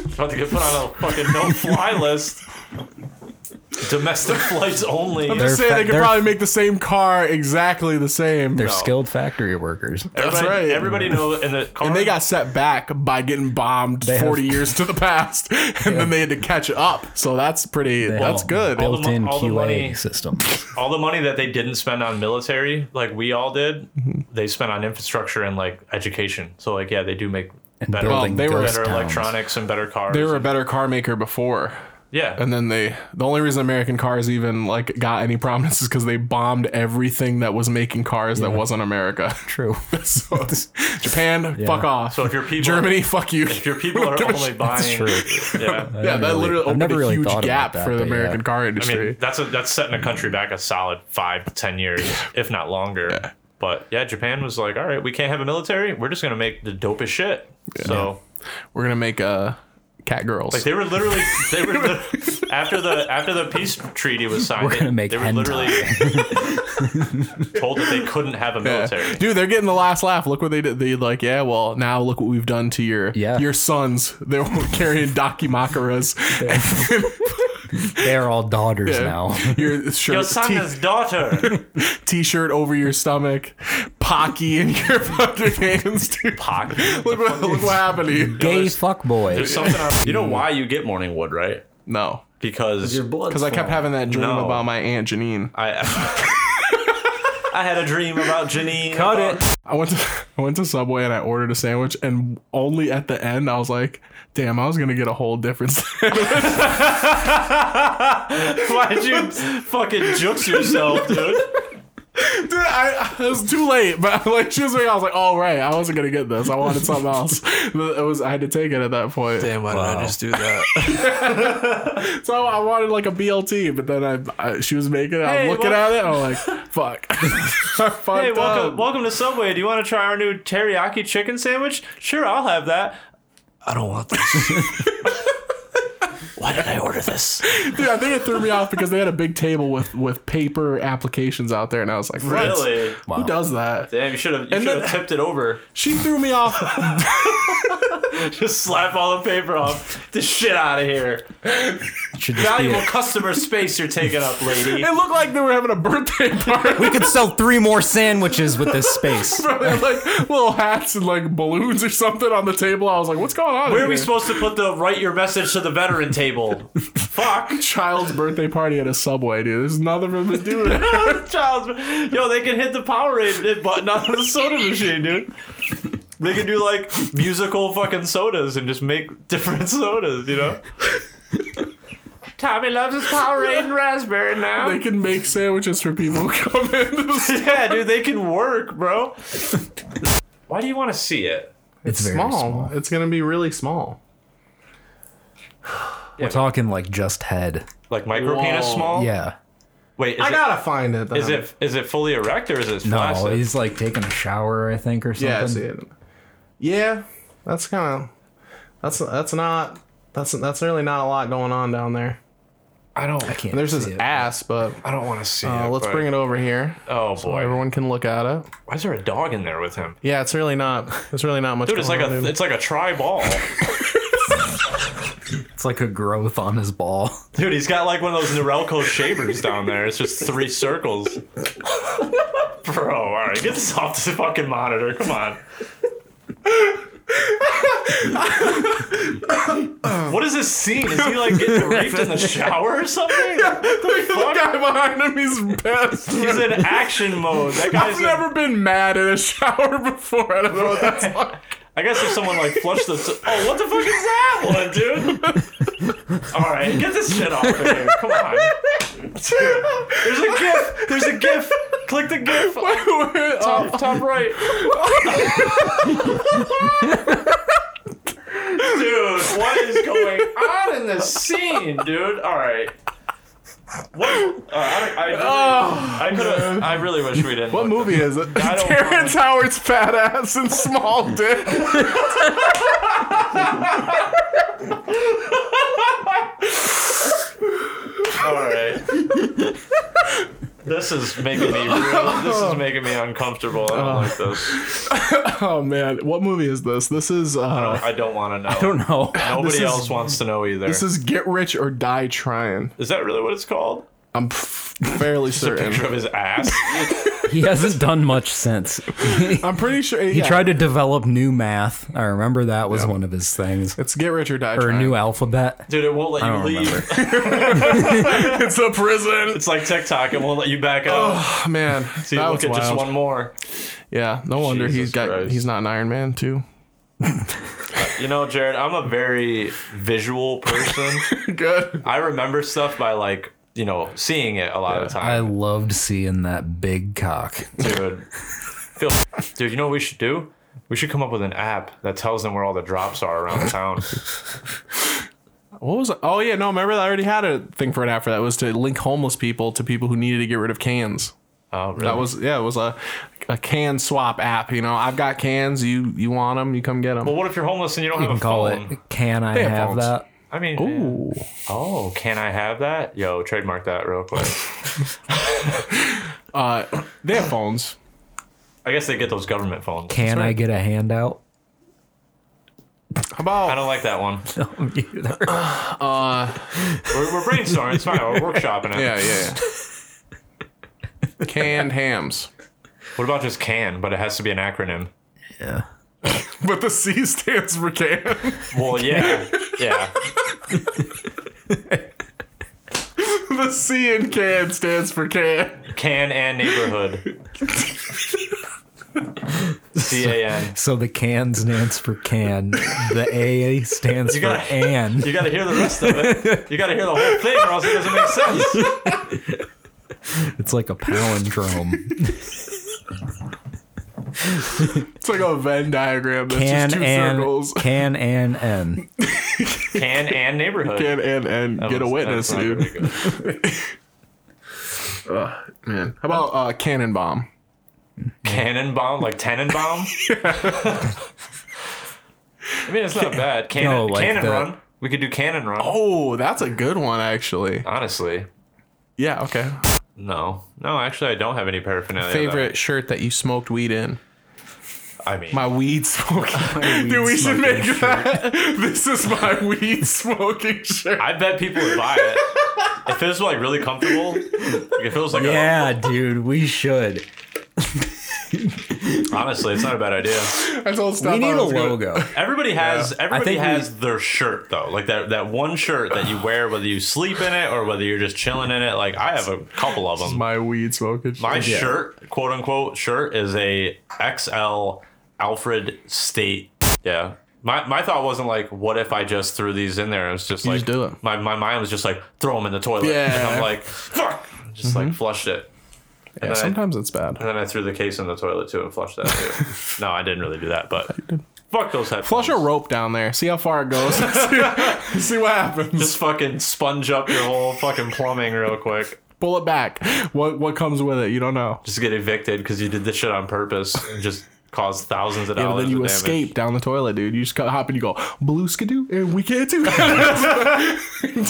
quick. About to get put on a fucking no-fly list. Domestic flights only. I'm just They're saying fa- they could they're- probably make the same car exactly the same. They're skilled factory workers. Everybody, That's right. Everybody knows in the car. And they got set back by getting bombed have- 40 years to the past, and then they had to catch up. So that's pretty. That's have good. all the Built-in mo- all the QA money- system. all the money that they didn't spend on military, like we all did. They spent on infrastructure and like education. So like, yeah, they do make better, building they were ghost better towns. electronics and better cars. They were a better car maker before. yeah, And then they, the only reason American cars even like got any prominence is because they bombed everything that was making cars that wasn't America. True. so Japan, fuck off. So if your people- Germany, fuck you. if your people are only buying, yeah. yeah, that really- literally I've opened never a really huge thought about gap that, for the but yeah. American car I industry. mean, that's a, that's setting a country back a solid five to ten years, if not longer. But yeah, Japan was like, all right, we can't have a military. We're just gonna make the dopest shit. So We're gonna make a cat girls. They were literally they were lit- after the after the peace treaty was signed. We're gonna they- make they were literally told that they couldn't have a Yeah. military. Dude, they're getting the last laugh. Look what they did. They like, yeah, well, now look what we've done to your Yeah. your sons. They were carrying Dakimakuras. They are all daughters now. your Your shirt, son is daughter. t- shirt over your stomach, Pocky in your fucking hands, dude. Pocky. Look what, look what happened to you. Gay there's- fuck boy. There's something on Hmm. You know why you get morning wood, right? No, Because blood. because I kept having that dream No. about my aunt Janine. I I had a dream about Janine. Cut about- it. I went to I went to Subway and I ordered a sandwich, and only at the end I was like, "Damn, I was gonna get a whole different." sandwich." Why'd you fucking jukes yourself, dude? Dude, I, I was too late, but like she was like, I was like, "All right, I wasn't gonna get this. I wanted something else." But It was I had to take it at that point. Damn, why did I just do that? So I wanted like a BLT, but then I, I she was making it. I'm Hey, looking wel- at it. I'm like, "Fuck." I fucked Hey, welcome, up. welcome to Subway. Do you want to try our new teriyaki chicken sandwich? Sure, I'll have that. I don't want this. why did I order this? Dude, I think it threw me off because they had a big table with with paper applications out there, and I was like, "What? Really? Who does that?" Damn, you should have you And should have then- tipped it over. She threw me off Just slap all the paper off. the shit out of here. Should just be Valuable a- customer space you're taking up, lady. It looked like they were having a birthday party. we could sell three more sandwiches with this space. they had like little hats and like balloons or something on the table. I was like, what's going on? Where are we here? supposed to put the write your message to the veteran table? Fuck. Child's birthday party at a subway, dude. There's nothing for them to do. there. Child's yo, they can hit the Powerade button on the soda machine, dude. They can do like musical fucking sodas and just make different sodas, you know. Tommy loves his Powerade and raspberry they now. can make sandwiches for people who come in. It's yeah, dude, they can work, bro. Why do you want to see it? It's, very small. small. It's gonna be really small. We're talking like just head. Like micro penis Whoa. small? Yeah. Wait, is, I it, gotta find it. Though. is it is it fully erect or is it No, flaccid? he's like taking a shower, I think, or something. Yeah, I see it. Yeah, that's kind of that's that's not that's that's really not a lot going on down there. I don't. I can't There's his see it. ass, but I don't want to see uh, it. let's but- bring it over here. Oh So boy, everyone can look at it. why is there a dog in there with him? Yeah, it's really not. It's really not much. Dude, it's going like on, a dude. it's like a tri ball. It's like a growth on his ball. Dude, he's got like one of those Norelco shavers down there. It's just three circles. Bro, all right, get this off the fucking monitor. Come on. what is this scene? Is he like getting raped in the shower or something? the guy behind him, he's best. He's in action mode. That guy's. I've in- never been mad in a shower before. I don't know what that's like. I guess if someone like flushed the. Oh, what the fuck is that one, dude? All right, get this shit off of here. Come on. There's a gif. There's a gif. Click the gif. Oh, top right. dude, what is going on in this scene, dude? All right. What? Uh, I, I, really, I could have. I really wish we didn't. Oh, what look movie is it? I don't Terrence Howard's fat ass and small dick. All right. This is making me real, this is making me uncomfortable. I don't Uh, like this. Oh man, what movie is this? This is uh, I don't want to know. I don't know. Nobody This is- else wants to know either. this is Get Rich or Die Trying. is that really what it's called? I'm f- fairly It's a picture certain. of his ass. He hasn't done much since. I'm pretty sure He tried to develop new math. I remember that was one of his things. It's Get Rich or Die Or a Trying. new alphabet. Dude, it won't let you don't leave. remember. it's a prison. It's like TikTok, it won't let you back out. Oh, man, See, that look was at just wild. one more. Yeah, no wonder Jesus he's got Christ. he's not an Iron Man too. You know, Jared, I'm a very visual person. Good. I remember stuff by like, you know, seeing it a lot of the I time. loved seeing that big cock. Dude. Phil, dude, you know what we should do? We should come up with an app that tells them where all the drops are around town. What was? Oh yeah, no. Remember, I already had a thing for it after that was to link homeless people to people who needed to get rid of cans. Oh, really? That was yeah, it was a a can swap app. You know, I've got cans. You you want them? You come get them. Well, what if you're homeless and you don't You have can a call phone? it. Can I have have phones. that? I mean, Ooh. oh, can I have that? Yo, trademark that real quick. Uh, they have phones. I guess they get those government phones. Can I get a handout? How about uh, I don't like that one. Either. We're, we're brainstorming. It's fine. We're workshopping it. yeah yeah. yeah. Canned hams, What about just can, but it has to be an acronym? Yeah. but the C stands for can. Well, yeah. Yeah. the C in can stands for can. Can and neighborhood. C A N. So the can stands for can. The A stands for gotta- and. You got to hear the rest of it. You got to hear the whole thing, or else it doesn't make sense. It's like a palindrome. It's like a Venn diagram. That's just Can two and circles. can and n. Can and neighborhood. Can and and That get a was- witness, that's not very dude. good. Man, how about uh, cannon bomb? Cannonbomb, like Tannenbaum. I mean, it's not bad. Cannon, No, like cannon the- run. We could do cannon run. Oh, that's a good one actually. Honestly, Yeah. Okay. no, no. Actually, I don't have any paraphernalia. Oh, that- Favorite shirt that you smoked weed in? I mean, My weed smoking. Dude, we should make that. This is my weed smoking shirt. I bet people would buy it if it was like really comfortable. Like if it was like, Yeah, dude, we should. a, honestly, it's not a bad idea. I told Stefan We need I a was gonna- logo. Everybody has everybody think we- has their shirt though. Like that that one shirt that you wear whether you sleep in it or whether you're just chilling in it. Like I have a couple of them. My weed smoking shirt. My shirt, quote unquote shirt, is a XL Alfred State. Yeah. My, my thought wasn't like, what if I just threw these in there? It was just like, just do it. My, my mind was just like, throw them in the toilet. And Yeah. I'm like, fuck. Just like flushed it. And, Yeah, then I, sometimes it's bad. and then I threw the case in the toilet too and flushed that too. no, I didn't really do that, but fuck those headphones. Flush a rope down there. See how far it goes. see, see what happens. Just fucking sponge up your whole fucking plumbing real quick. Pull it back. What what comes with it? You don't know. Just get evicted because you did this shit on purpose and just caused thousands of And dollars then you of damage. escape down the toilet, dude. You just go- hop and you go blue skidoo, and we can't do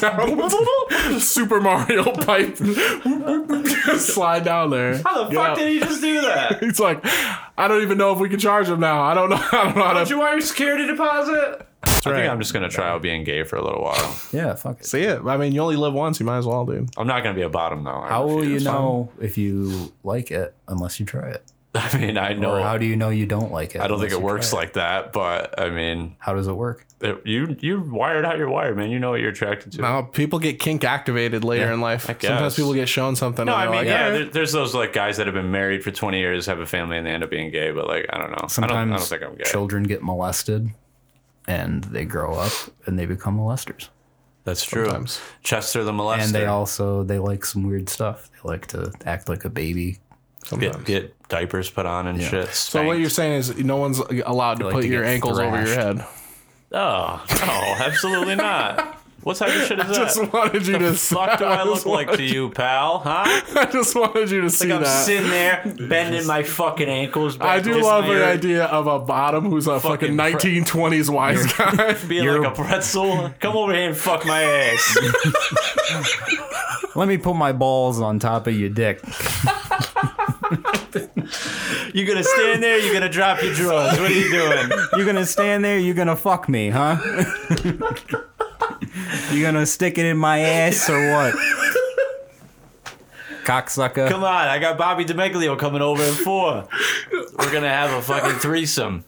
down Super Mario pipe. Slide down there. How the Get fuck out. did he just do that? It's like, I don't even know if we can charge him now. I don't know. I don't know how to you want your security deposit? I right. think I'm just gonna try out being gay for a little while. Yeah, fuck it. see it. I mean, you only live once. You might as well, dude. I'm not gonna be a bottom though. I How will you refuse. know if you like it unless you try it? I mean, I know. Or how do you know you don't like it? I don't think unless it you works try like that, but I mean, How does it work? it- you you're wired how you're wired, man. You know what you're attracted to. Now people get kink activated later in life. I guess. Sometimes people get shown something. No, and I they're mean, like, yeah, "All right." there, there's those like guys that have been married for 20 years, have a family, and they end up being gay. But like, I don't know. I don't, I don't Sometimes think I'm gay. children get molested and they grow up and they become molesters. That's true. Sometimes. Chester the molester. And they also they like some weird stuff. They like to act like a baby. get, get diapers put on and shit. So what spanked. you're saying is no one's allowed to like put to your get ankles over your head. Oh no, absolutely not. What type of shit is that? Just wanted you to. the fuck do I I just look like to you, pal? Huh? I just wanted you to see I'm that. sitting there bending my fucking ankles. Back I do just love like the you're idea of a bottom who's a fucking Fucking pre- 1920s wise guy. Being like a pretzel. Come over here and fuck my ass. Let me put my balls on top of your dick. You're gonna stand there. You're gonna drop your drawers. What are you doing? You're gonna stand there, you're gonna fuck me, huh? you gonna stick it in my ass or what? Cocksucker. Come on, I got Bobby DiMeglio coming over in four. We're gonna have a fucking threesome.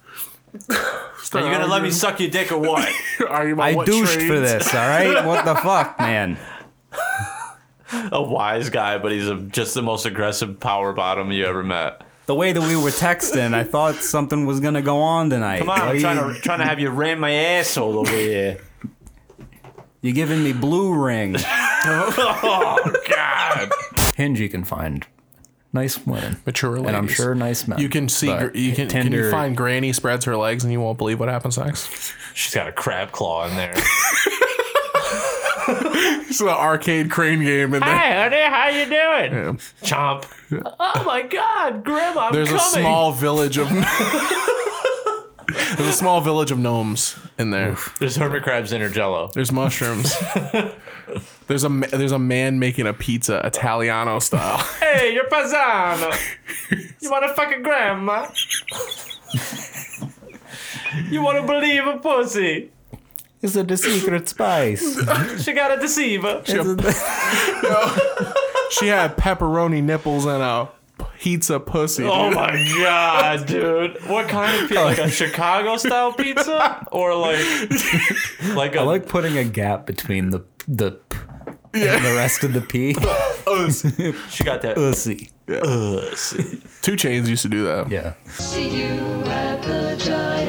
Are you gonna let me suck your dick or what? Argue about I what douched trades. for this, all right? What the fuck, man? A wise guy, but he's a, just the most aggressive power bottom you ever met. The way that we were texting, I thought something was gonna go on tonight. Come on, Why I'm you, trying to trying to have you ram my asshole over here. you're giving me blue ring. God. Hinge you can find nice women. Mature ladies. And I'm sure nice men. You can see, But gr- you can, can Tinder- you find Granny spreads her legs and you won't believe what happens next. She's got a crab claw in there. It's an arcade crane game, and there- honey, how you doing? Chomp. Oh my God, Grandma, I'm there's a coming. small village of there's a small village of gnomes in there. There's hermit crabs in her Jello. There's mushrooms. there's a ma- there's a man making a pizza Italiano style. Hey, you're Pazano. you want to fuck a grandma? you want to believe a pussy? Is it a secret spice? She got a deceiver. she had pepperoni nipples and a pizza pussy. Oh my god, dude! What kind of pizza? Like a Chicago style pizza, or like like a I like putting a gap between the the p and the rest of the p. she got that Pussy. Two chains used to do that. Yeah. See you at the giant.